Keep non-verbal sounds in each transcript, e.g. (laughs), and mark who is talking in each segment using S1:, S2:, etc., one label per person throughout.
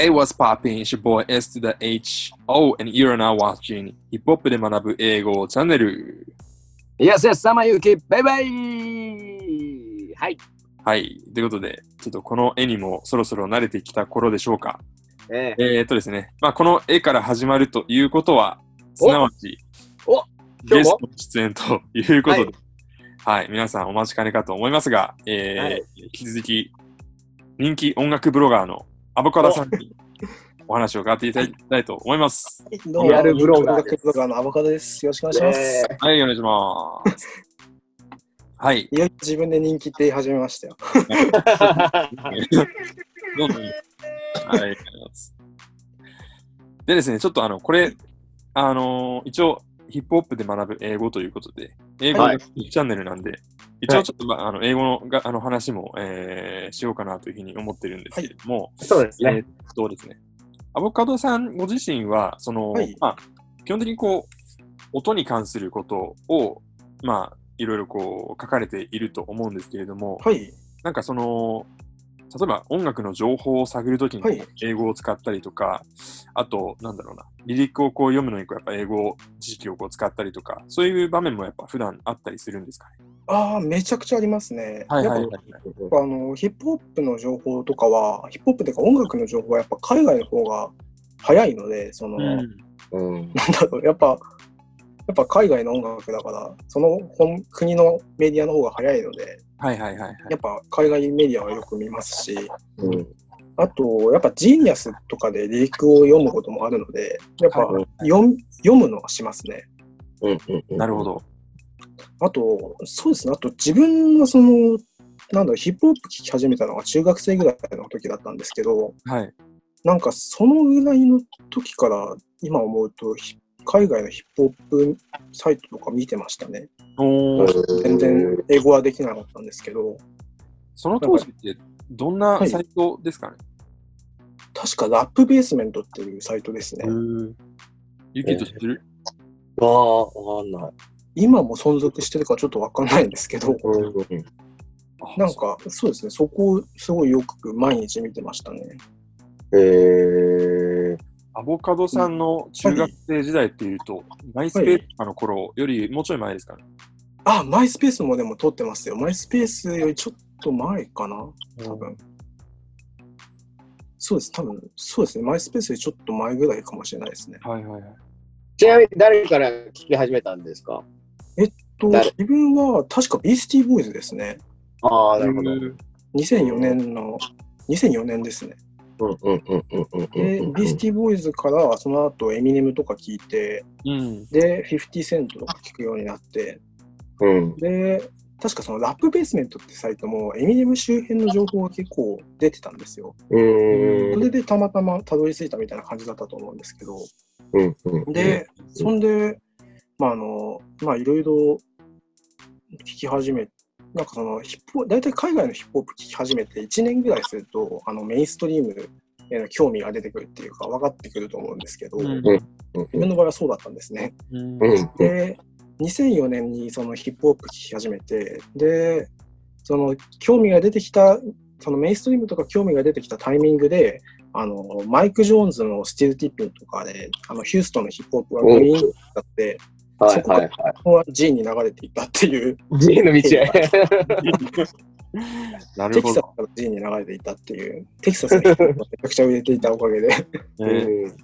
S1: Hey, what's poppin? It's your boy S to the H. Oh, and you're now watching ヒップホップで学ぶ英語チャンネル。
S2: Yes, yes, サマユキ、バイバイはい、
S1: はい。ということで、ちょっとこの絵にもそろそろ慣れてきた頃でしょうか。
S2: えー、
S1: えー、っとですね、まあ、この絵から始まるということは、すなわち、
S2: お今
S1: ゲ
S2: 日
S1: スト
S2: も
S1: の出演ということで、
S2: は
S1: はい、皆さんお待ちかねかと思いますが、えー
S2: はい
S1: 引き続き、人気音楽ブロガーのアボカドさんにお話を伺っていただきたいと思います。
S3: どうも
S2: リアルブロガーです
S3: ブロガーのアボカドです。よろしくお願いします。
S2: え
S1: はい、お願いし (laughs) ます。はい。
S3: いや、自分で人気って言い始めましたよ。
S1: どうぞ。はい、ありがとうございます。でですね、ちょっとあの、これ、あのー一応、ヒップホップで学ぶ英語ということで、英語の
S2: はい
S1: チャンネルなんで、一応ちょっと、まあ、あの英語のがあの話も、えーしようかなというふうに思ってるんですけれども、
S2: ーそうですね。
S1: えーっとですね、アボカドさんご自身は、その、
S3: はい
S1: まあ、基本的にこう、音に関することを、まあ、いろいろこう、書かれていると思うんですけれども、
S3: はい。
S1: なんかその、例えば音楽の情報を探るとき
S3: は
S1: に
S3: い
S1: 英語を使ったりとか、あと、なんだろうな、リリックをこう読むのにこうやっぱ英語知識をこう使ったりとか、そういう場面もやっぱ普段あったりするんですかね。
S3: ああ、めちゃくちゃありますね。
S1: はいはいは
S3: やっ
S1: い。
S3: ぱあのヒップホップの情報とかは、ヒップホップというか音楽の情報はやっぱ海外の方が早いので、その、なん
S2: うん。
S3: だろう、 (laughs) やっぱ、やっぱ海外の音楽だから、その本国のメディアの方が早いので、
S1: はいはいはいはい。
S3: やっぱ海外メディアはよく見ますし、
S2: うん。
S3: あと、やっぱジーニアスとかでリリックを読むこともあるので、やっぱ
S2: はい
S3: 読み読むのはしますね。
S2: うん。うん。
S1: なるほ。ど。
S3: あと、そうですね、あと自分はその、なんだろう、ヒップホップ聴き始めたのが中学生ぐらいの時だったんですけど、
S1: はい。
S3: なんかそのぐらいの時から、今思うと、ひ海外のヒップホップサイトとか見てましたね。
S1: おー
S3: 全然英語はできなかったんですけど、
S1: その当時ってどんなサイトですかね、
S3: 確かラップベースメントっていうサイトですね。
S1: ユキと知ってる、
S2: ああ、わかんない。
S3: 今も存続してるかちょっとわかんないんですけど、
S2: うん。
S1: あ
S3: なんかそうですね、そこをすごいよく毎日見てましたね。
S2: えー。
S1: アボカドさんの中学生時代っていうと、マイスペースとかの頃よりもうちょい前ですかね。
S3: あ、マイスペースもでも撮ってますよ。マイスペースよりちょっと前かな、多分。そうです、多分、そうですね。マイスペースよりちょっと前ぐらいかもしれないですね。
S1: はいはいはい。
S2: ちなみに誰から聞き始めたんですか
S3: と、
S2: 誰
S3: 自分は確かビースティーボーイズですね。
S2: ああ、なるほど。うん。
S3: 2004年の、2004年ですね。
S2: うん。うん。うん。
S3: で、ビースティーボーイズからその後エミネムとか聞いて、
S1: うん。
S3: で、50セントとか聞くようになって、
S2: うん。
S3: で、確かそのラップベースメントってサイトもエミネム周辺の情報が結構出てたんですよ。
S2: うん。
S3: それでたまたまたどり着いたみたいな感じだったと思うんですけど、
S2: うん。うん。
S3: で、そんで、まあ、あの、まあ、いろいろ聞き始め、なんかその、ヒップホ大体海外のヒップホップ聞き始めて1年ぐらいすると、あの、メインストリームへの興味が出てくるっていうか、分かってくると思うんですけど、
S1: うん
S2: うん。
S3: 自分の場合はそうだったんですね。
S1: うん
S2: うん。
S3: で、2004年にそのヒップホップ聞き始めて、で、その興味が出てきた、そのメインストリームとか興味が出てきたタイミングで、あの、マイク・ジョーンズのスティール・ティップとかで、あの、ヒューストンのヒップホップがグリーンだって、
S2: はいはいは
S3: ここは G に流れていったっていう、
S2: い。G の道へ。
S1: (laughs) な
S3: テ
S1: る
S3: キ
S1: ほ
S3: サス
S1: ど。
S3: から G に流れていったっていう、テキサスのヒップホップがめちゃくちゃ売れていたおかげで、
S1: え
S2: う
S1: ー
S2: ん。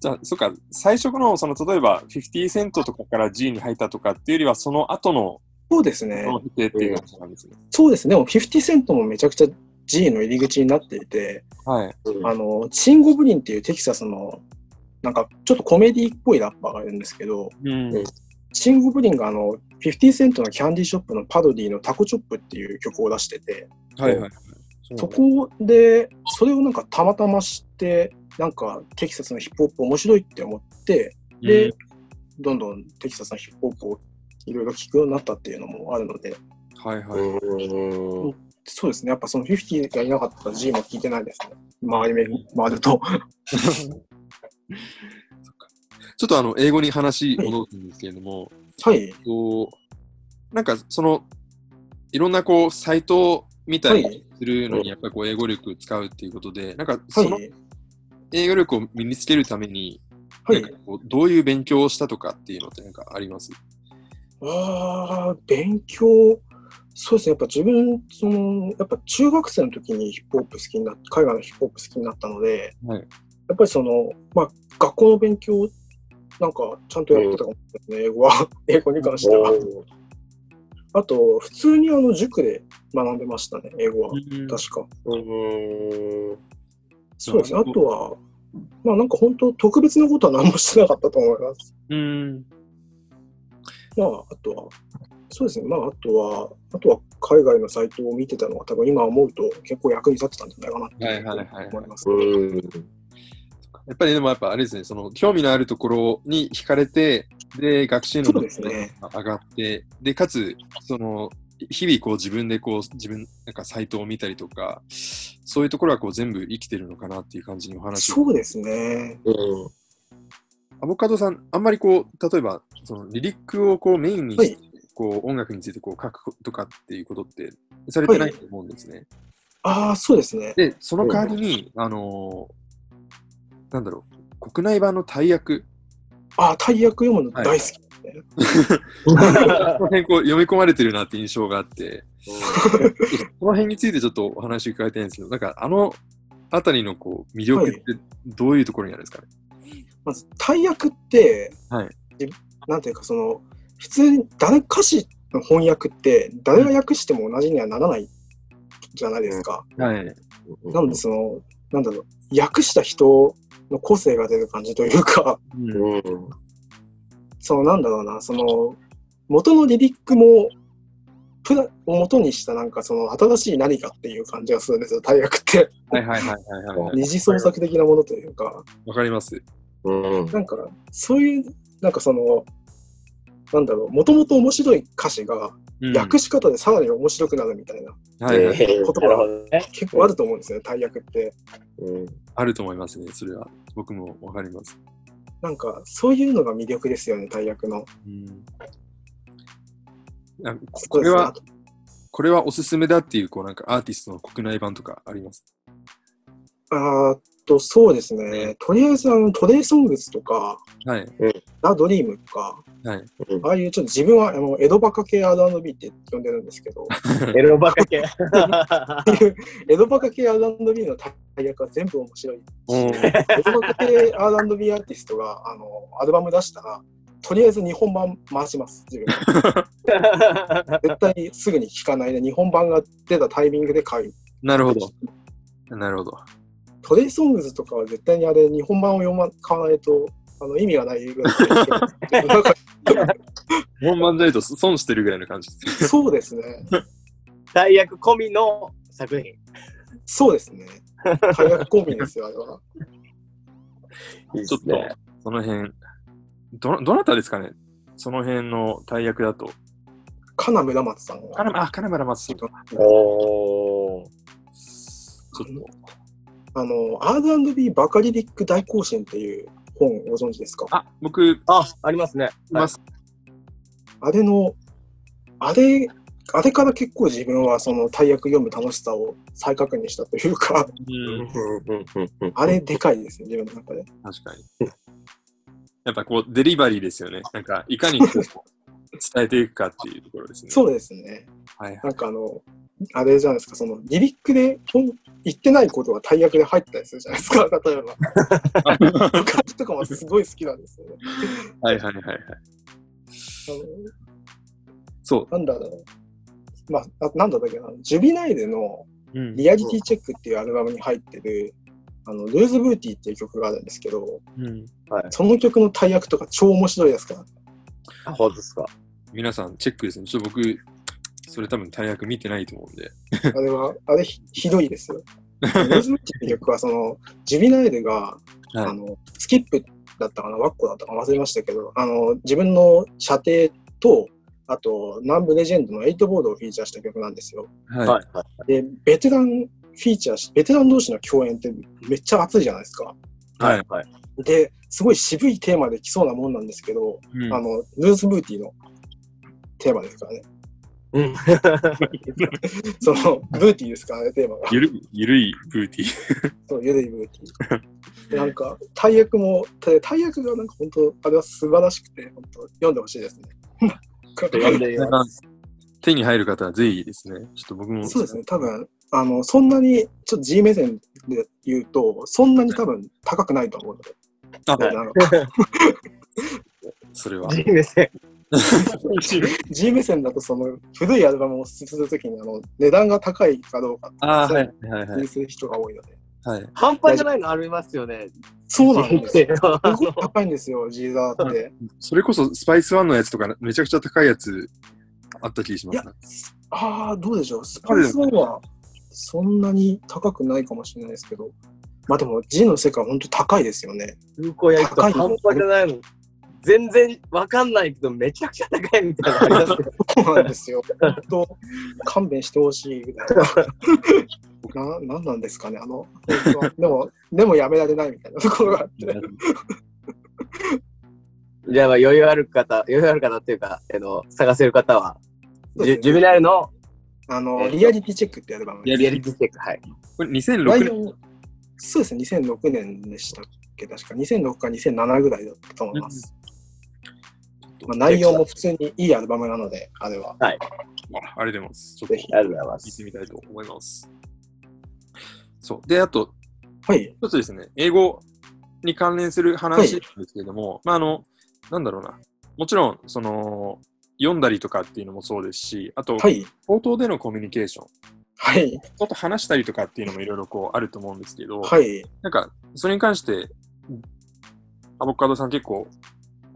S1: じゃあ、そっか、最初の、その、例えば、50セントとかから G に入ったとかっていうよりは、その後の、
S3: そうです
S1: そ
S3: ね、
S1: の否定っていう感じなんですね。
S3: そうですね、でも50セントもめちゃくちゃ G の入り口になっていて、
S1: はい。
S3: あの、チンゴブリンっていうテキサスの、なんかちょっとコメディっぽいラッパーがいるんですけど、
S1: うん
S2: うん
S3: チンゴブリンがあの、50セントのキャンディーショップのパロディのタコチョップっていう曲を出してて、
S1: はいはい。
S3: そこで、それをなんかたまたま知って、なんかテキサスのヒップホップ面白いって思って、で、どんどんテキサスのヒップホップをいろいろ聞くようになったっていうのもあるので、
S1: はいはい。
S2: うん。
S3: そうですね、やっぱその50がいなかったら G も聞いてないですね。周り目回ると。
S1: ちょっと、あの、英語に話戻すんですけれども、
S3: はい。
S1: こう、なんか、その、いろんな、こう、サイトを見た
S3: は
S1: り
S3: い。
S1: するのに、やっぱり、こう、英語力使うっていうことで、なんか、
S3: は
S1: その
S3: い。
S1: 映画力を身につけるために、
S3: はい
S1: なん。かこうどういう勉強をしたとかっていうのってなんかあります
S3: ああ、勉強、そうですね、やっぱ自分、その、やっぱ中学生の時にヒップホップ好きになっ海外のヒップホップ好きになったので、
S1: はい
S3: やっぱりその、まあ、学校の勉強、なんか、ちゃんとやってたかもしれないですね、英語は、 (laughs) 英語に関しては。あと、普通にあの、塾で学んでましたね、英語は、確か。
S4: うん。
S3: そうですね、あとは、まあ、なんか本当、特別なことは何もしてなかったと思います。
S1: うん。
S3: まあ、あとは、そうですね、まあ、あとは、あとは海外のサイトを見てたのは、多分今思うと結構役に立ってたんじゃないかなって
S1: はいはいはいはい
S3: 思います。
S4: うん。
S1: やっぱりでもやっぱあれですね、その興味のあるところに惹かれて、で、学習能力
S3: そうですね
S1: が上がって、で、かつ、その、日々こう自分でこう自分、なんかサイトを見たりとか、そういうところはこう全部生きてるのかなっていう感じにお話を
S3: そうですね。
S4: うん。
S1: アボカドさん、あんまりこう、例えば、そのリリックをこうメインにして、
S3: は
S1: こう音楽についてこう書くとかっていうことってされてないと思うんですね。
S3: ああ、そうですね。
S1: で、その代わりに、あのーなんだろう、国内版の大役、
S3: ああ、大役読むの大好き。
S1: この辺こう読み込まれてるなって印象があって、この辺についてちょっとお話伺いたいんですけど、なんかあのあたりのこう魅力ってどういうところにあるんですかね。
S3: まず、大役って、
S1: はい
S3: でなんていうか、その、普通に誰、歌詞の翻訳って、誰が訳しても同じにはならないじゃないですか。
S1: はい。
S3: なので、その、なんだろう、訳した人の個性が出る感じというか、
S1: うん。
S4: うん。
S3: そのなんだろうな、その元のリリックもプラを元にしたなんかその新しい何かっていう感じがするんですよ、大学って。
S1: はいはいはいはいはいはい。
S3: 二次創作的なものというか、
S1: わかります。
S4: うん。
S3: なんかそういう、なんかその、なんだろう、もともと面白い歌詞が
S1: うん
S3: 訳し方でさらに面白くなるみたいな、
S1: はいはい。
S3: 結構あると思うんですよね、大役って。
S4: うん。
S1: あると思いますね、それは。僕もわかります。
S3: なんかそういうのが魅力ですよね、大役の。
S1: うん、あここれは
S3: そうですね
S1: これはおすすめだっていう、こうなんかアーティストの国内版とかあります。
S3: あーっと、そうですね、とりあえずあのトレイソングスとか、
S1: はい。
S3: ラ・ドリームとか、
S1: はい。
S3: ああいうちょっと自分はあの江戸バカ系 R&B って呼んでるんですけど、
S4: エロバカ系。
S3: 江戸バカ系 R&B の大役は全部面白い。
S1: お
S3: 江戸バカ系 R&B アーティストがあのアルバム出したら、とりあえず日本版回します、自分は絶対にすぐに聴かないで、日本版が出たタイミングで買う。
S1: なるほど。なるほど。
S3: トレイソングズとかは絶対にあれ、日本版を読ま買わないとあの意味がないぐらい。なんか
S1: 本番じゃないと損してるぐらいの感じです。
S3: そうですね。
S4: 大役込みの作品。
S3: そうですね。大学公民ですよ、あれは。
S4: いいっ
S1: ちょっと、その辺、ど、どなたですかねその辺の大役だと。
S3: 金村松さんが。
S1: 金あ、金村松さん。ちょ
S4: おお。
S1: っと。
S3: あの、R&B バカリリック大行進っていう本ご存知ですかあ
S1: あ、僕、
S4: あ、ありますね。
S1: ます。
S3: れの、あれ、あれから結構自分はその大役読む楽しさを再確認したというか、
S1: うん、
S3: あれでかいですね、自分の中で。
S1: 確かに。やっぱこう、デリバリーですよね。なんか、いかにこ
S3: (laughs)
S1: う、伝えていくかっていうところですね。
S3: そうですね。
S1: はいはい。
S3: なんかあの、あれじゃないですか、そのリリックで本言ってないことが大役で入ったりするじゃないですか、 (laughs) 例えば。感じとかもすごい好きなんですよね。
S1: はいはいはいはい。
S3: あの
S1: そ
S3: なんだろう。まあ、あなんだったっけな、ジュビナイルの、
S1: う。うん。
S3: リアリティチェックっていうアルバムに入ってる、あの、ルーズブーティーっていう曲があるんですけど、
S1: うん
S3: その曲の大役とか超面白いですから。
S4: ほうですか。
S1: 皆さん、チェックですね。ちょっと僕、それ多分大役見てないと思うんで。
S3: あれは、あれひひどいですよ。ルーズブーティーって曲は、その、ジュビナイルが、
S1: はい
S3: あの、スキップだったかな、ワッコだったか忘れましたけど、あの、自分の射程と、あと、南部レジェンドのエイトボードをフィーチャーした曲なんですよ。
S1: はい。
S4: はい。
S3: で、ベテランフィーチャーし、ベテラン同士の共演ってめっちゃ熱いじゃないですか。
S1: はい。
S4: はい。
S3: で、すごい渋いテーマで来そうなもんなんですけど、
S1: うん
S3: あの、ルーズブーティーのテーマですからね。
S4: うん。
S3: その、ブーティーですからね、テーマが。
S1: ゆるゆるいブーティー。
S3: そう、ゆるいブーティー。でなんか、大役も、た大役がなんか本当、あれは素晴らしくて、本当、読んでほしいですね。
S4: 読んでみます
S1: (laughs) 手に入る方はぜひですね。ちょっと僕も。
S3: そうですね、多分あのそんなに、ちょっと G 目線で言うと、そんなに多分高くないと思うので、
S1: あ、
S4: はい
S3: なんか
S1: それは。
S4: 人目線。
S3: G 目線だとその古いアルバムをおすすめするときにあの値段が高いかどうかって
S1: ああ、はいいはいは
S3: 気
S1: い
S3: に。する人が多いので、
S1: はい、
S4: 半端じゃないのありますよね。
S3: そうなんで
S4: (laughs)
S3: すよ。
S4: 人目線
S3: すごい高いんですよ、G ザーって。
S1: それこそスパイスワンのやつとかめちゃくちゃ高いやつあった気がしま
S3: いや
S1: す、ね。、
S3: ああ、どうでしょう。スパイスワンはそんなに高くないかもしれないですけど、まあでも G の世界は本当高いですよね。
S4: 空港焼くと半端じゃないの。全然わかんないけど、めちゃくちゃ高いみたいなのありますよ。
S3: そうなんですよ。本当、勘弁してほしいみたいな。な、なんなんですかね、あの、本当でも、でもやめられないみたいなと (laughs) ころがあって。
S4: (laughs) じゃあ、まあ余裕ある方、余裕ある方っていうか、あの、探せる方は、ジュジュビナイルの
S3: あ
S4: え
S3: の、
S4: っと
S3: リアリティチェックってアルバム
S4: リ
S3: で
S4: ア
S3: す。
S4: リティチェック、はい。
S1: これ
S3: ラ
S1: 2006
S3: イ
S1: 年。
S3: オンそうですね、2006年でしたっけ、確か。2006か2007ぐらいだったと思います。まあ、内容も普通にいいアルバムなので、あれは。
S1: あありがとうございます。ちょっと
S3: ぜひ
S4: ありがとうございま
S1: 聞い
S4: す
S1: て。みたいと思います。そう。で、あと、
S3: はい。
S1: 一つですね、英語に関連する話なんですけれども、まあ、あの、なんだろうな。もちろん、その、読んだりとかっていうのもそうですし、あと、
S3: はい。
S1: 口頭でのコミュニケーション、
S3: はい。
S1: ちょっと話したりとかっていうのもいろいろこうあると思うんですけど、
S3: はい。
S1: なんか、それに関して、アボカドさん結構、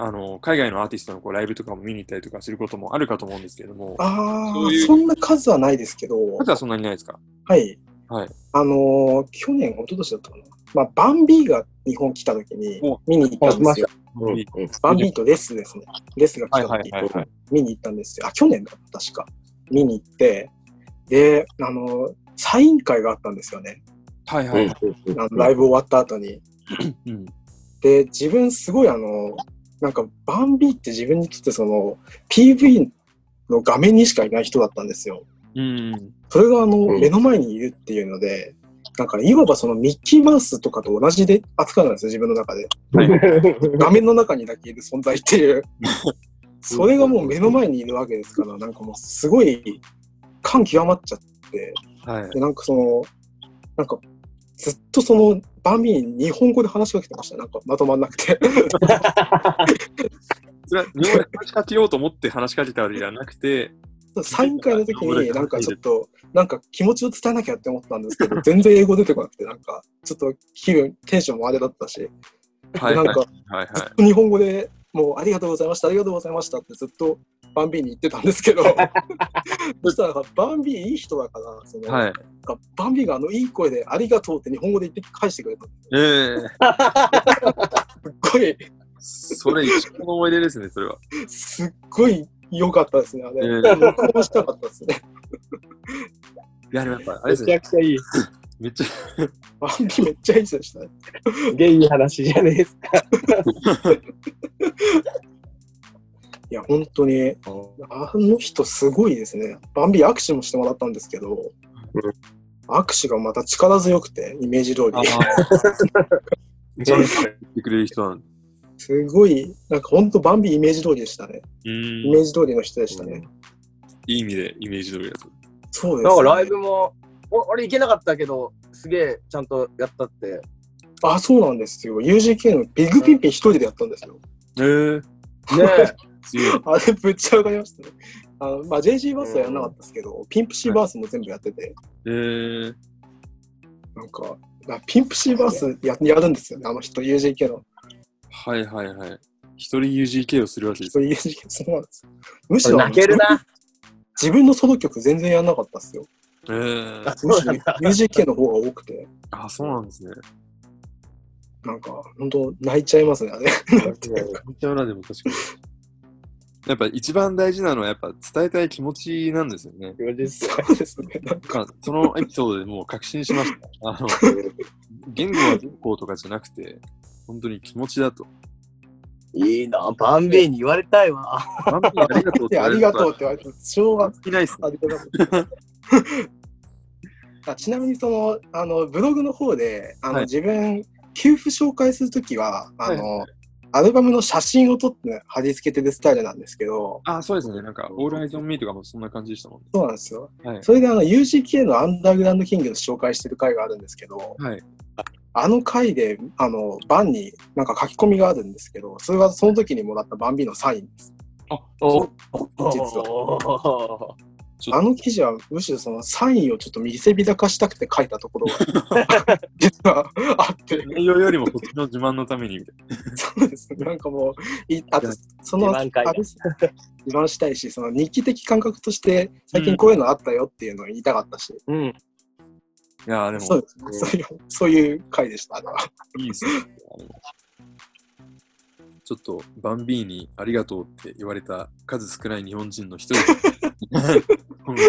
S1: あの、海外のアーティストのこうライブとかも見に行ったりとかすることもあるかと思うんですけれども、
S3: あ
S1: そういう
S3: あ、そんな数はないですけど
S1: ま、ずはそんなにないですか
S3: はい。
S1: はい。
S3: あのー去年、一昨年だったかな。まあ、バンビーが日本来た時に
S1: お
S3: 見に行ったんですよ。
S4: うんうん
S3: バンビーとレスですね。レスが来た時
S1: はいはいはいは
S3: 見に行ったんですよ。あ、去年だった、確か。見に行って、で、あのーサイン会があったんですよね。
S1: はいはい。
S4: うん
S3: あのライブ終わった後に。
S1: うん。
S3: で、自分すごいあの、なんかバンビーって自分にとってその PV の画面にしかいない人だったんですよ。
S1: うん。
S3: それがあの、
S4: うん
S3: 目の前にいるっていうので、なんかいわばそのミッキーマウスとかと同じで扱いなんですよ、自分の中で。画面の中にだけいる存在って
S1: (laughs)
S3: いう。それがもう目の前にいるわけですから、なんかもうすごい感極まっちゃって、
S1: はい。
S3: でなんかその、なんかずっとそのバンビーに日本語で話しかけてました。なんかまとまんなくて。
S1: (laughs) それは日本で話しかけようと思って話しかけたわけじゃなくて、
S3: サイン会の時に、なんかちょっと、なんか気持ちを伝えなきゃって思ったんですけど、全然英語出てこなくて、なんか、ちょっと気分、テンションもあれだったし、
S1: はいはい
S3: なんか
S1: はいはい。
S3: 日本語でもう、ありがとうございました、ありがとうございましたってずっとバンビーに言ってたんで
S1: (laughs)
S3: すけど、そしたらなんか、バンビーいい人だから、その、
S1: はい。
S3: なんかバンビーがあの、いい声で、ありがとうって日本語で言って返してくれた。
S1: えー、
S3: すっごい、
S1: それ一番の思い出ですね、それは。
S3: すっごい良かったですね、あ
S1: え
S3: れ。
S1: ー、い
S3: 録音したかったですね。
S1: や、でもやっぱ、あれ
S4: (laughs) め
S1: です
S4: ち
S1: ね、
S4: ゃくちゃいい。
S1: めっちゃ、
S3: バンビーめっちゃいい人でしたね。
S4: すげえいい話じゃないですか。
S3: いや、本当に、あの人すごいですね。バンビ握手もしてもらったんですけど、握手がまた力強くて、イメージ通
S1: あ
S3: り。
S1: ーちゃんと言ってくれる人なん
S3: すごい、なんか本当バンビイメージ通りでしたね。
S1: う
S3: イメ
S1: ん。
S3: ージ通りの人でしたね。
S1: いい意味でイメージ通りだと。
S3: そうです、ね。
S4: なんかライブも、お俺行けなかったけど、すげえちゃんとやったって。
S3: あ、そうなんですよ。UGK のビッグピンピン一人でやったんですよ。
S1: えー、
S4: ねえ。
S1: 強い。
S3: あれ、ぶっちゃ上がりましたね。あの、まあ、JG バースはやらなかったですけど、ピンプシーバースも全部やってて、
S1: えー、
S3: なんか、あピンプシーバースややるんですよね、あの人、UGK の。
S1: はいはいはい。一人 UGK をするわけです
S3: 人
S1: ね。
S3: UGK、そうなんです。むしろ、
S4: (laughs) 泣けるな。
S3: 自分のソロ曲全然やんなかったっすよ。
S1: えー、
S3: むしろ UGK の方が多くて、
S1: あ、そうなんですね。
S3: なんか、本当泣いちゃいま
S4: (laughs)
S3: すね、あれ。
S1: 本当だなでも確かに。やっぱ一番大事なのはやっぱ伝えたい気持ちなんですよね。
S3: そうですね。なんか
S1: まあそのエピソードでもう確信しました。あの言語はどうこうとかじゃなくて、本当に気持ちだと。
S4: (laughs) いいな、バンビーに言われたいわ。
S1: バンビーありがとうって
S3: で、
S1: 言わ
S3: (laughs) あ
S1: れ
S3: り
S1: る
S3: が
S1: こと
S3: う
S1: は
S3: って言われて、昭和
S1: いないっすね。
S3: ありがとうあちなみにそのあのブログの方であの、
S1: はい
S3: 自分給付紹介するときはあの、アルバムの写真を撮って貼り付けてるスタイルなんですけど
S1: あ、そうですね。なんか、オールアイズオンミーとかもそんな感じでしたもんね。
S3: そうなんですよ
S1: はい。
S3: それであの UGK の「アンダーグラウンドキング」の紹介してる回があるんですけど
S1: はい。
S3: あの回であのバンになんか書き込みがあるんですけどそれはその時にもらったバンビのサインです
S1: あ、
S4: お
S3: 実は
S4: は。
S1: ちょ
S3: あ
S1: っと
S3: の記事はむしろそのサインをちょっと見せびらかしたくて書いたところ (laughs) が実はあって
S1: 内容よりもこっちの自慢のためにみたいな。
S3: そうですね。なんかもう、いあと、その、
S4: 自慢会
S3: あれ自慢したいし、その日記的感覚として、最近こういうのあったよっていうのを言いたかったし、
S4: うん。
S1: いやーでも、
S3: そうですね。そういう、そういう回でした。あれはい
S1: いっすね。あのちょっと、バンビーにありがとうって言われた数少ない日本人の一人
S3: (laughs)
S1: (laughs) で今後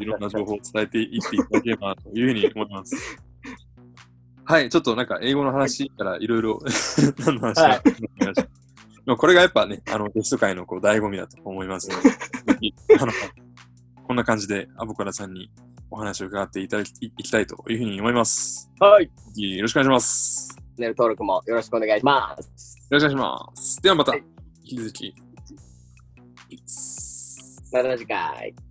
S1: いろんな情報を伝えていっていただければというふうに思います。 (laughs) はい、ちょっとなんか英語の話からいろいろ (laughs) 何の話か、
S4: はい
S1: (laughs) まあこれがやっぱね、あのゲスト会のこう醍醐味だと思いますので、ぜ (laughs) ひあのこんな感じでアボカラさんにお話を伺っていただきいいきたいというふうに思います。
S4: はい。
S1: ぜひよろしくお願いします。
S4: ネル登録もよろしくお願いします。
S1: よろしくお願いします。ではまた、
S4: は
S1: 引
S4: い
S1: き続き。
S4: また次回。